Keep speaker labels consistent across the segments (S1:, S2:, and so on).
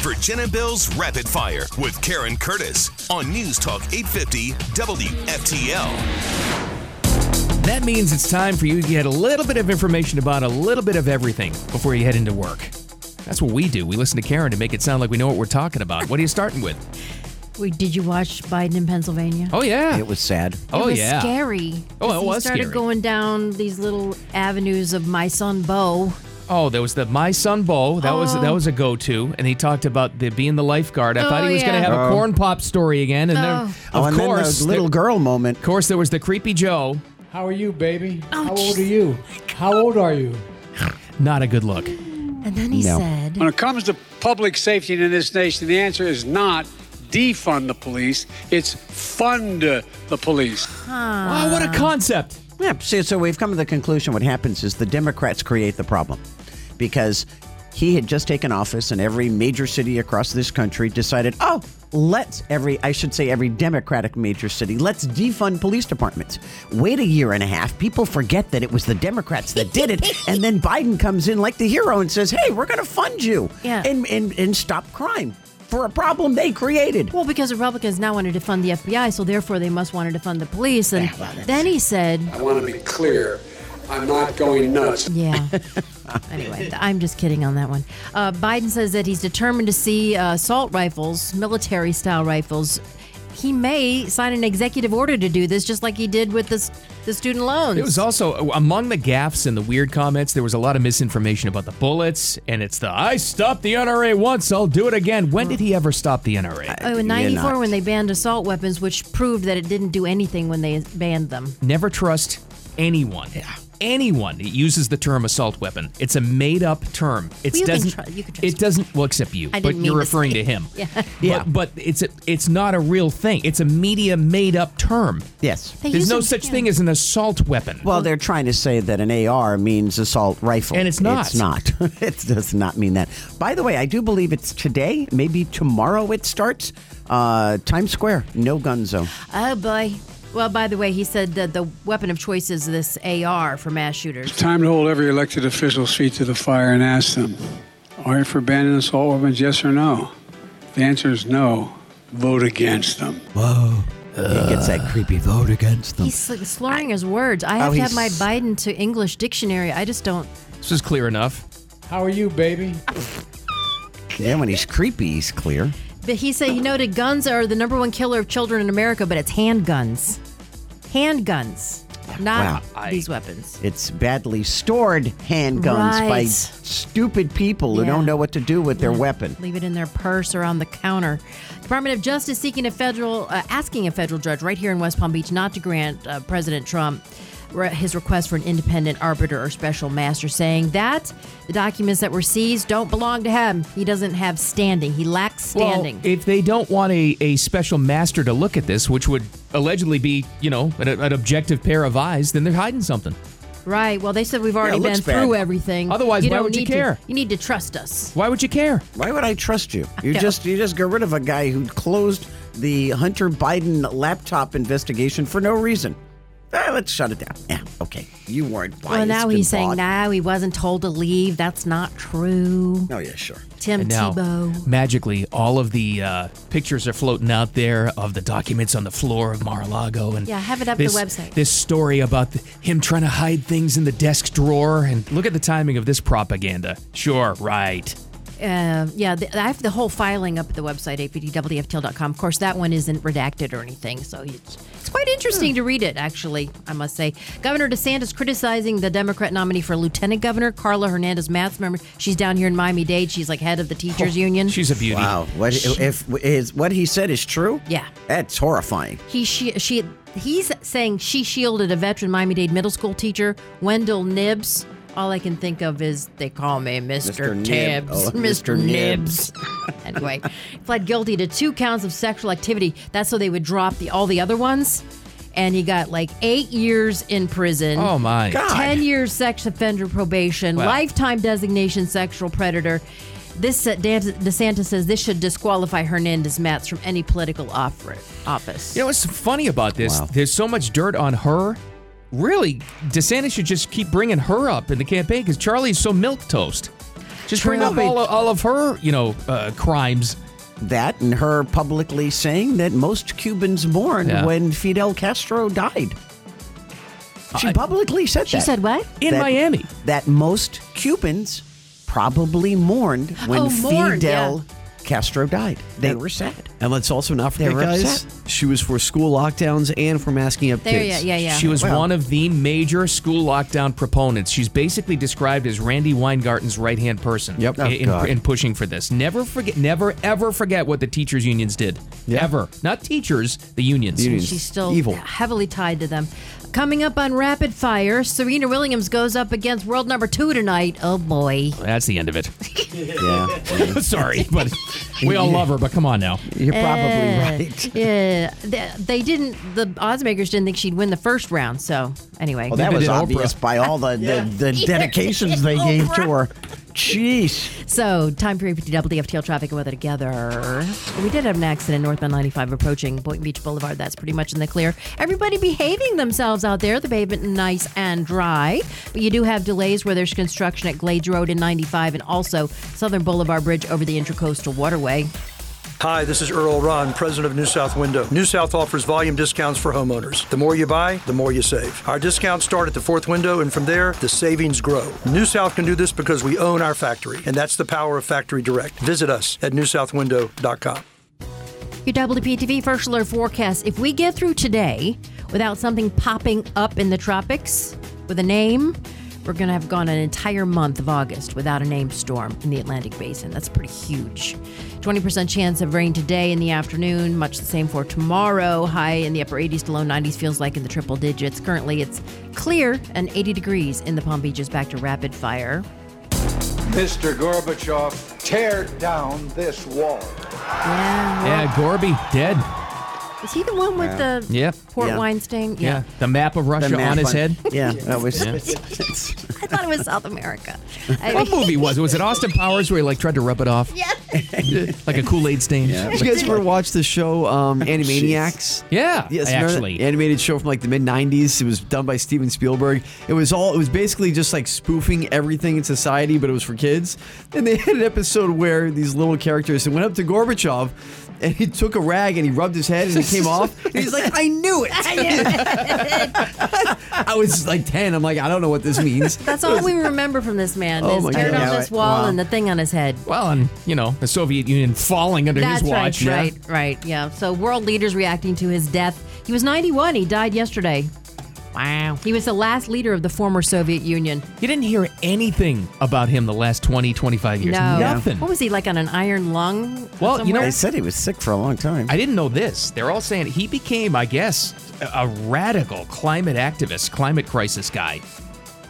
S1: Virginia Bill's Rapid Fire with Karen Curtis on News Talk 850 WFTL.
S2: That means it's time for you to get a little bit of information about a little bit of everything before you head into work. That's what we do. We listen to Karen to make it sound like we know what we're talking about. What are you starting with?
S3: Wait, did you watch Biden in Pennsylvania?
S2: Oh yeah.
S4: It was sad.
S2: oh
S3: it was
S2: yeah.
S3: scary.
S2: Oh, it
S3: 'Cause he
S2: was
S3: started
S2: scary.
S3: going down these little avenues of my son Bo.
S2: Oh, there was the my son Bo. That was that was a go-to, and he talked about the being the lifeguard. I thought
S3: Oh,
S2: he was going
S3: yeah.
S2: to have a corn pop story again, and then of
S4: oh, and
S2: course,
S4: then the little
S2: there,
S4: girl moment.
S2: of course, there was the creepy Joe.
S5: How are you, baby?
S3: Oh,
S5: How
S3: jeez.
S5: old are you? How old are you?
S2: Not a good look.
S3: And then he
S4: No.
S3: said,
S6: When it comes to public safety in this nation, the answer is not defund the police, it's fund the police.
S4: Ah.
S2: oh, what a concept!
S4: Yeah, see, so we've come to the conclusion what happens is the Democrats create the problem because he had just taken office and every major city across this country decided, oh, let's every, I should say, every Democratic major city, let's defund police departments. Wait a year and a half. People forget that it was the Democrats that did it. and then Biden comes in like the hero and says, hey, we're going to fund you
S3: Yeah.
S4: and, and, and stop crime for a problem they created.
S3: "Well, because Republicans now wanted to fund the FBI, so therefore they must wanted to fund the police." And then he said,
S6: I want to be clear I'm not going nuts.
S3: Yeah. anyway, th- I'm just kidding on that one. Uh, Biden says that he's determined to see uh, assault rifles, military style rifles. He may sign an executive order to do this, just like he did with this the student loans.
S2: It was also among the gaffes and the weird comments. There was a lot of misinformation about the bullets, and it's the I stopped the NRA once, I'll do it again. When did he ever stop the NRA?
S3: Oh, in
S4: You're
S3: '94,
S4: not.
S3: when they banned assault weapons, which proved that it didn't do anything when they banned them.
S2: Never trust anyone. Anyone that uses the term assault weapon. It's a made up term. It
S3: Well, you can
S2: doesn't
S3: tru- you can trust
S2: it doesn't well except you,
S3: I
S2: but
S3: didn't
S2: you're
S3: mean to
S2: referring to
S3: say-
S2: him.
S3: Yeah.
S4: Yeah.
S2: But, but it's a, it's not a real thing. It's a media made up term.
S4: Yes.
S3: They
S2: There's
S3: use
S2: no
S3: them-
S2: such
S3: yeah.
S2: thing as an assault weapon.
S4: Well, they're trying to say that an AR means assault rifle.
S2: And it's not.
S4: It's not. it does not mean that. By the way, I do believe it's today, maybe tomorrow it starts. Uh, Times Square, no gun zone.
S3: Oh boy. Well, by the way, he said that the weapon of choice is this AR for mass shooters.
S6: Time to hold every elected official's feet to the fire and ask them Are you for banning assault weapons, yes or no? If The answer is no. Vote against them.
S4: it gets that creepy vote against them.
S3: He's like, slurring his words. I have
S4: Oh,
S3: to have my
S4: he's-
S3: Biden to English dictionary. I just don't.
S2: this is clear enough.
S5: How are you, baby?
S4: Yeah, when he's creepy, he's clear.
S3: But he said he noted guns are the number one killer of children in America, but it's handguns. Handguns, not
S4: Wow.
S3: these weapons.
S4: It's badly stored handguns by
S3: Right.
S4: stupid people who
S3: Yeah.
S4: don't know what to do with their weapon.
S3: Leave it in their purse or on the counter. Department of Justice seeking a federal, uh, asking a federal judge right here in West Palm Beach not to grant uh, President Trump re- his request for an independent arbiter or special master, saying that the documents that were seized don't belong to him. He doesn't have standing. He lacks standing.
S2: Well, if they don't want a, a special master to look at this, which would allegedly be, you know, an, an objective pair of eyes, then they're hiding something.
S3: right. Well, they said we've already
S4: it
S3: been
S4: looks
S3: through
S4: bad.
S3: everything.
S2: Otherwise,
S3: you
S2: why
S3: don't
S2: would you
S3: need to-
S2: care?
S3: you need to trust us.
S2: Why would you care?
S4: Why would I trust you? You
S3: know.
S4: just you just got rid of a guy who closed the Hunter Biden laptop investigation for no reason. Ah, let's shut it down. Yeah, okay. You weren't.
S3: well,
S4: biased,
S3: now
S4: been
S3: he's saying,
S4: bought.
S3: no, he wasn't told to leave. That's not true.
S4: Oh yeah, sure.
S3: Tim
S2: And now,
S3: Tebow.
S2: magically, all of the uh, pictures are floating out there of the documents on the floor of Mar-a-Lago, and
S3: Yeah, have it up the
S2: this,
S3: website.
S2: This story about the, him trying to hide things in the desk drawer, and look at the timing of this propaganda. Sure, right.
S3: Uh, yeah, the, I have the whole filing up at the website, apdwftl.com. Of course, that one isn't redacted or anything, so it's, it's quite interesting to read it, actually, I must say. Governor DeSantis criticizing the Democrat nominee for lieutenant governor, Carla Hernandez Math. Remember, she's down here in Miami Dade. She's like head of the teachers union.
S2: She's a beauty.
S4: Wow. Oh, What if is what he said is true?
S3: Yeah.
S4: That's horrifying.
S3: He, she, she, he's saying she shielded a veteran Miami Dade middle school teacher, Wendell Nibs. All I can think of is they call me Mr.
S4: Mr. Nib.
S3: Tibbs.
S4: Oh,
S3: Mr.
S4: Mr.
S3: Nibs. anyway, pled guilty to two counts of sexual activity. That's so they would drop the all the other ones. And he got like eight years in prison.
S2: Oh my.
S4: God.
S3: 10 years sex offender probation,
S2: Wow.
S3: lifetime designation sexual predator. This uh, Dan- DeSantis says this should disqualify Hernandez Matz from any political offer- office.
S2: You know what's funny about this?
S4: Wow.
S2: There's so much dirt on her. Really, DeSantis should just keep bringing her up in the campaign because Charlie's so milk toast. Just bring up
S4: True.
S2: all, all of her, you know, uh, crimes.
S4: That and her publicly saying that most Cubans mourned
S2: Yeah.
S4: when Fidel Castro died. She
S2: I-
S4: publicly said
S3: She
S4: that.
S3: said what?
S2: In Miami.
S4: That most Cubans probably mourned when
S3: Oh, mourned,
S4: Fidel Castro died. They were sad.
S7: And let's also not
S4: They
S7: forget,
S4: were
S7: guys,
S4: upset.
S7: she was for school lockdowns and for masking up
S3: There, yeah,
S7: kids.
S3: yeah, yeah.
S2: She was
S4: Well-
S2: one of the major school lockdown proponents. She's basically described as Randy Weingarten's right hand person
S7: Yep.
S2: i-
S7: Oh,
S2: in,
S7: God.
S2: in pushing for this. Never forget, never ever forget what the teachers' unions did.
S7: Yeah.
S2: Ever. Not teachers, the unions.
S7: Unions.
S3: She's still
S7: Evil.
S3: heavily tied to them. Coming up on Rapid Fire, Serena Williams goes up against world number two tonight. Oh boy.
S2: That's the end of it.
S4: Yeah.
S2: Sorry, but we all love her, but come on now.
S4: You're probably
S3: Eh,
S4: right.
S3: Yeah. They, they didn't, the oddsmakers didn't think she'd win the first round. So, anyway.
S4: Well, that
S2: Neither
S4: was
S2: did
S4: obvious
S2: Oprah.
S4: by all the, the, the
S3: Yeah.
S4: dedications they gave to
S3: Oprah.
S4: her. Jeez.
S3: So, time period 50 WDFTL traffic and weather together. We did have an accident northbound 95 approaching Boynton Beach Boulevard. That's pretty much in the clear. Everybody behaving themselves out there. The pavement nice and dry. But you do have delays where there's construction at Glades Road in 95 and also Southern Boulevard Bridge over the Intercoastal Waterway.
S8: Hi, this is Earl Ron, president of New South Window. New South offers volume discounts for homeowners. The more you buy, the more you save. Our discounts start at the fourth window, and from there, the savings grow. New South can do this because we own our factory, and that's the power of Factory Direct. Visit us at newsouthwindow.com.
S3: Your WPTV First Alert forecast. If we get through today without something popping up in the tropics with a name, we're going to have gone an entire month of August without a named storm in the Atlantic basin. That's pretty huge. 20% chance of rain today in the afternoon, much the same for tomorrow. High in the upper 80s to low 90s feels like in the triple digits. Currently, it's clear and 80 degrees in the Palm Beaches back to rapid fire.
S5: Mr. Gorbachev, tear down this wall.
S3: Yeah.
S2: Yeah, Gorby, dead.
S3: Is he the one with the
S2: Yeah.
S3: port
S4: Yeah.
S3: wine stain?
S2: Yeah. The map of Russia
S4: The
S2: on
S4: map
S2: his head.
S4: Yeah, that was.
S3: I thought it was South America. I-
S2: What movie was it? Was it Austin Powers where he like tried to rub it off?
S3: Yeah.
S2: Like a Kool-Aid stain?
S7: Did you guys ever watch the show um, Animaniacs?
S2: Yeah,
S7: Yes, remember that
S2: actually.
S7: animated show from like the mid '90s. It was done by Steven Spielberg. It was all. It was basically just like spoofing everything in society, but it was for kids. And they had an episode where these little characters went up to Gorbachev, and he took a rag and he rubbed his head and it came off. And he's like, "I knew it." I was like ten. I'm like, I don't know what this means.
S3: That's all we remember from this man
S7: Oh
S3: is
S7: my
S3: dirt
S7: God.
S3: on
S4: Yeah,
S3: this
S4: right.
S3: wall
S4: Wow.
S3: and the thing on his head.
S2: Well, and you know, the Soviet Union falling under
S3: That's
S2: his watch.
S3: right, right, right. Yeah. So world leaders reacting to his death. He was 91. He died yesterday. Wow. He was the last leader of the former Soviet Union.
S2: You didn't hear anything about him the last 20, 25 years.
S3: No.
S2: Nothing.
S3: What was he like on an iron lung?
S2: Well, you know-
S3: somewhere?
S4: They said he was sick for a long time.
S2: I didn't know this. They're all saying he became, I guess, a a radical climate activist, climate crisis guy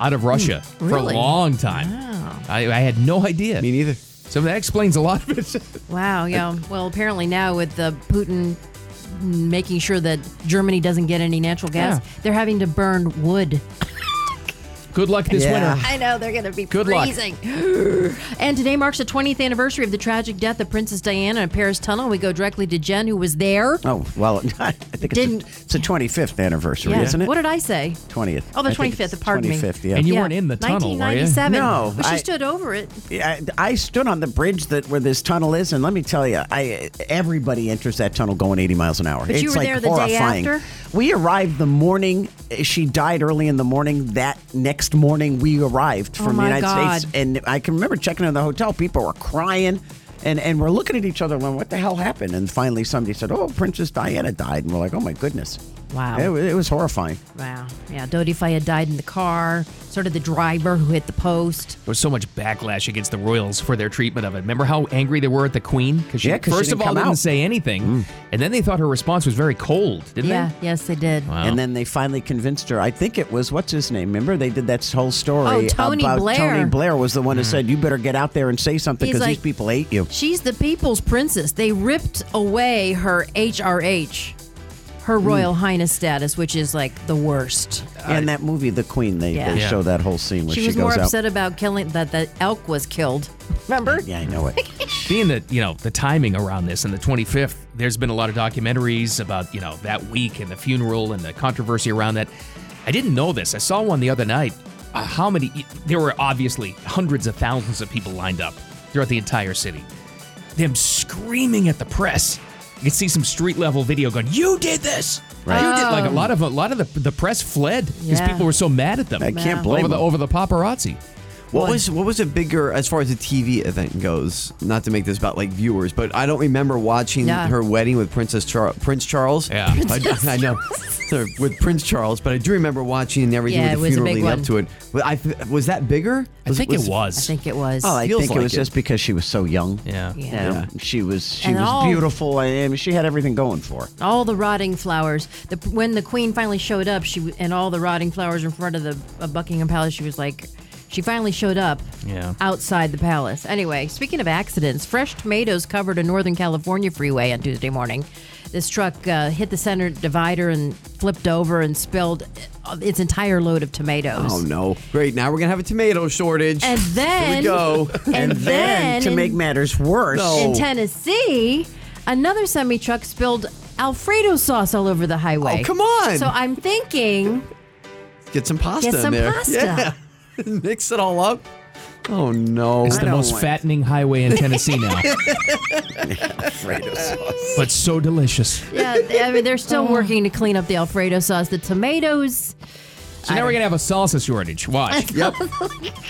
S2: out of Russia for a
S3: Hmm. really?
S2: long time. I, I had no idea.
S7: Me neither.
S2: So that explains a lot of it.
S3: Wow. Yeah. Well, apparently now with the Putin making sure that Germany doesn't get any natural gas,
S2: Yeah.
S3: they're having to burn wood.
S2: Good luck this
S4: Yeah.
S2: winter.
S3: I know they're going to be
S2: Good luck.
S3: freezing. and today marks the 20th anniversary of the tragic death of Princess Diana in Paris Tunnel. We go directly to Jen, who was there.
S4: Oh, well, I think it's,
S3: Didn't-
S4: a, it's a 25th anniversary,
S3: Yeah.
S4: isn't it?
S3: What did I say?
S4: 20th.
S3: Oh, the
S4: I think
S3: 25th,
S4: it's
S3: pardon me.
S4: 25th, yeah.
S2: And you weren't in the tunnel, were you?
S3: 1997.
S4: No,
S3: But she
S4: I-
S3: stood over it.
S4: I, I stood on the bridge that where this tunnel is, and let me tell you, I everybody enters that tunnel going 80 miles an hour.
S3: But
S4: it's
S3: you were
S4: like
S3: there the day
S4: horrifying.
S3: after?
S4: We arrived the morning she died early in the morning. That next morning, we arrived
S3: Oh
S4: from the
S3: my
S4: United
S3: God.
S4: States, and I can remember checking in the hotel. People were crying. And, and we're looking at each other, going, what the hell happened? And finally, somebody said, oh, Princess Diana died. And we're like, oh my goodness.
S3: Wow.
S4: It, wa- it was horrifying.
S3: Wow. Yeah, Dodifaya died in the car. Sort of the driver who hit the post.
S2: There was so much backlash against the royals for their treatment of it. Remember how angry they were at the queen? Because she
S4: Yeah, 'cause she
S2: first of
S4: didn't
S2: all
S4: come
S2: didn't
S4: out. Mm.
S2: say anything, and then they thought her response was very cold, didn't
S3: yeah,
S2: they?
S3: yes, they did.
S4: And then they finally convinced her. I think it was what's his name. Remember they did that whole story
S3: Oh, Tony
S4: about
S3: Blair.
S4: Tony Blair was the one who
S7: Mm-hmm.
S4: said you better get out there and say something
S3: He's
S4: because
S3: like-
S4: these people hate you.
S3: She's the people's princess. They ripped away her HRH, her
S2: Hmm.
S3: Royal Highness status, which is like the worst.
S4: In that movie, The Queen, they,
S3: Yeah.
S4: they
S2: Yeah.
S4: show that whole scene where
S3: She
S4: she,
S3: was
S4: goes
S3: more
S4: out.
S3: upset about killing that the elk was killed. Remember?
S4: Yeah, I know it.
S2: being that you know the timing around this and the 25th there's been a lot of documentaries about you know that week and the funeral and the controversy around that i didn't know this i saw one the other night uh, how many? There were obviously hundreds of thousands of people lined up throughout the entire city. Them screaming at the press. You could see some street level video going, "You did this! You did!" Like a lot of a lot of the, the press fled because
S3: Yeah.
S2: people were so mad at them.
S4: I can't blame
S2: over the
S4: them.
S2: over the paparazzi.
S7: What was what was a bigger as far as the TV event goes? Not to make this about like viewers, but I don't remember watching
S3: Yeah.
S7: her wedding with Princess Char- Prince Charles.
S2: Yeah.
S7: I, I know Sorry, with Prince Charles, but I do remember watching everything
S3: Yeah,
S7: with the
S3: it was a big
S7: funeral leading
S3: one.
S7: up to it. But I, was that bigger?
S2: I think it was.
S3: I think it was.
S4: Oh, I
S7: Feels
S4: think
S7: like
S4: it was
S7: it.
S4: just because she was so young.
S2: Yeah.
S3: Yeah.
S4: You know, She was she
S3: And
S4: was
S3: all-
S4: beautiful. I mean, she had everything going for her.
S3: all the rotting flowers. The, when the queen finally showed up, she w- and all the rotting flowers in front of the of Buckingham Palace. She was like, she finally showed up.
S2: Yeah.
S3: Outside the palace. Anyway, speaking of accidents, fresh tomatoes covered a Northern California freeway on Tuesday morning. This truck uh, hit the center divider and flipped over and spilled uh, its entire load of tomatoes.
S7: Oh no! Great. Now we're gonna have a tomato shortage.
S3: And then
S7: Here we go.
S3: And, then,
S4: to
S3: in-
S4: make matters worse,
S7: No.
S3: in Tennessee, another semi truck spilled Alfredo sauce all over the highway.
S7: Oh, come on.
S3: So I'm thinking,
S7: Get some pasta
S3: Get some
S7: in there.
S3: pasta.
S7: Yeah. Mix it all up. Oh no!
S2: It's the most fattening highway in Tennessee now, but so delicious.
S3: yeah, I mean, they're still working to clean up the Alfredo sauce, the tomatoes.
S2: So now we're gonna have a salsa shortage. Watch.
S7: Yep.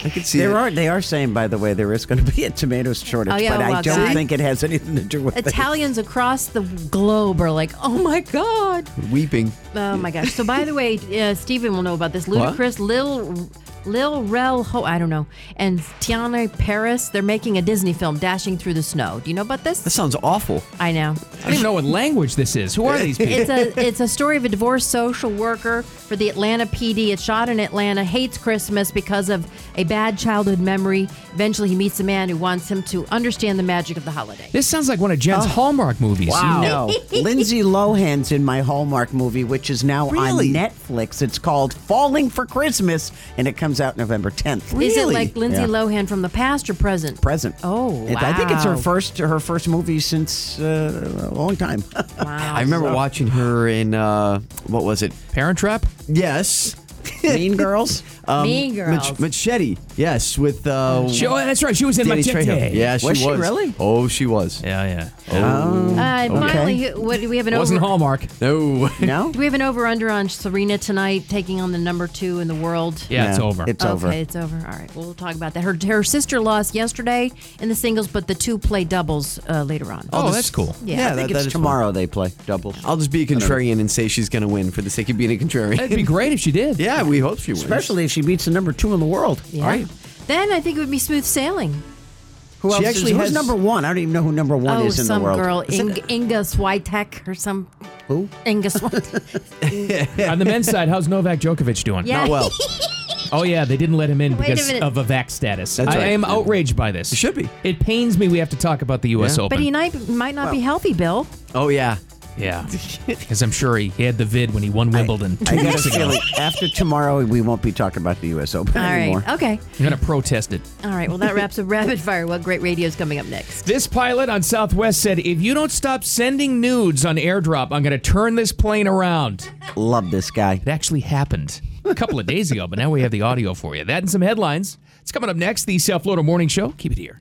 S7: I can see
S4: There
S7: it.
S4: are they are saying by the way there is going to be a tomato shortage,
S3: Oh, yeah,
S4: but I
S3: well,
S4: don't
S3: God.
S4: think it has anything to do with it.
S3: Italians across the globe are like, oh my God.
S7: Weeping.
S3: Oh my gosh. So, by the way, uh, Stephen will know about this.
S7: What?
S3: Ludacris, Lil. Lil Rel Ho, I don't know, and Tiana Paris, they're making a Disney film, Dashing Through the Snow. Do you know about
S7: That
S3: this?
S7: sounds awful.
S3: I know.
S2: I don't even know what language this is. Who are these people?
S3: It's a it's a story of a divorced social worker for the Atlanta PD. It's shot in Atlanta. Hates Christmas because of a bad childhood memory. Eventually, he meets a man who wants him to understand the magic of the holiday.
S2: This sounds like one of
S7: Oh.
S2: Jen's Hallmark movies.
S4: No, Lindsay Lohan's in my Hallmark movie, which is now
S7: Really?
S4: on Netflix. It's called Falling for Christmas, and it comes out November 10th.
S3: Is it like Lindsay
S4: Yeah.
S3: Lohan from the past or present?
S4: Present.
S3: Oh,
S4: And I think it's her
S3: wow.
S4: first her first movie since uh, a long time.
S7: I remember
S4: so-
S7: watching her in uh, what was it?
S2: Parent Trap?
S7: Yes,
S4: mean Girls. Uh,
S7: um,
S3: mean girls.
S7: Mach- Machete. Yes, with uh,
S2: She- oh, that's right. She was in
S7: Danny
S2: Machete.
S7: Trejo. Yeah, she
S4: Was
S7: was.
S4: she really?
S7: Oh, she was.
S2: Yeah, yeah.
S3: uh, and
S4: okay.
S3: Finally, what do we have an
S2: It wasn't
S3: over?
S2: Hallmark.
S7: No.
S4: No,
S3: Do we have an over under on Serena tonight taking on the number two in the world?
S2: Yeah, it's
S4: No,
S2: over.
S4: It's
S3: okay,
S4: over.
S3: it's over. All right, we'll talk about that. Her her sister lost yesterday in the singles, but the two play doubles uh, later on.
S2: oh, that's cool.
S3: yeah.
S4: I think
S7: that- that
S4: it's
S7: is
S4: tomorrow they play doubles.
S7: I'll just be a contrarian and say she's going to win for the sake of being a contrarian.
S2: It'd be great if she did.
S7: yeah, we hope she wins.
S4: Especially if she beats the number two in the world.
S3: Yeah. Then I think it would be smooth sailing.
S4: Who else?
S7: actually
S4: is, who's
S7: has-
S4: number one? I don't even know who number one
S3: oh,
S4: is in
S3: some
S4: the world.
S3: girl, Ing- Inga Swiatek or some. Who? Inga Swiatek.
S2: On the men's side, how's Novak Djokovic doing?
S3: Yeah.
S7: Not well.
S2: Oh, yeah, they didn't let him in
S3: Wait a
S2: because
S3: minute.
S2: of a vac status.
S7: That's
S2: I
S7: right.
S2: am outraged by this.
S7: You should be.
S2: It pains me we have to talk about the U.S.
S7: Yeah.
S2: Open.
S3: But he might, might not be healthy, Bill.
S7: oh yeah.
S2: yeah. Because I'm sure he, he had the vid when he won Wimbledon
S4: I
S2: two
S4: got a
S2: weeks ago.
S4: feeling after tomorrow we won't be talking about the U.S. Open
S3: All right. Oh.
S4: anymore.
S3: Okay.
S2: I'm going to protest it.
S3: All right. Well, that wraps up Rapid Fire. What great radio is coming up next?
S2: This pilot on Southwest said, if you don't stop sending nudes on airdrop, I'm going to turn this plane around.
S4: Love this guy.
S2: It actually happened a couple of days ago, but now we have the audio for you. That and some headlines. It's coming up next, the South Florida Morning Show. Keep it here.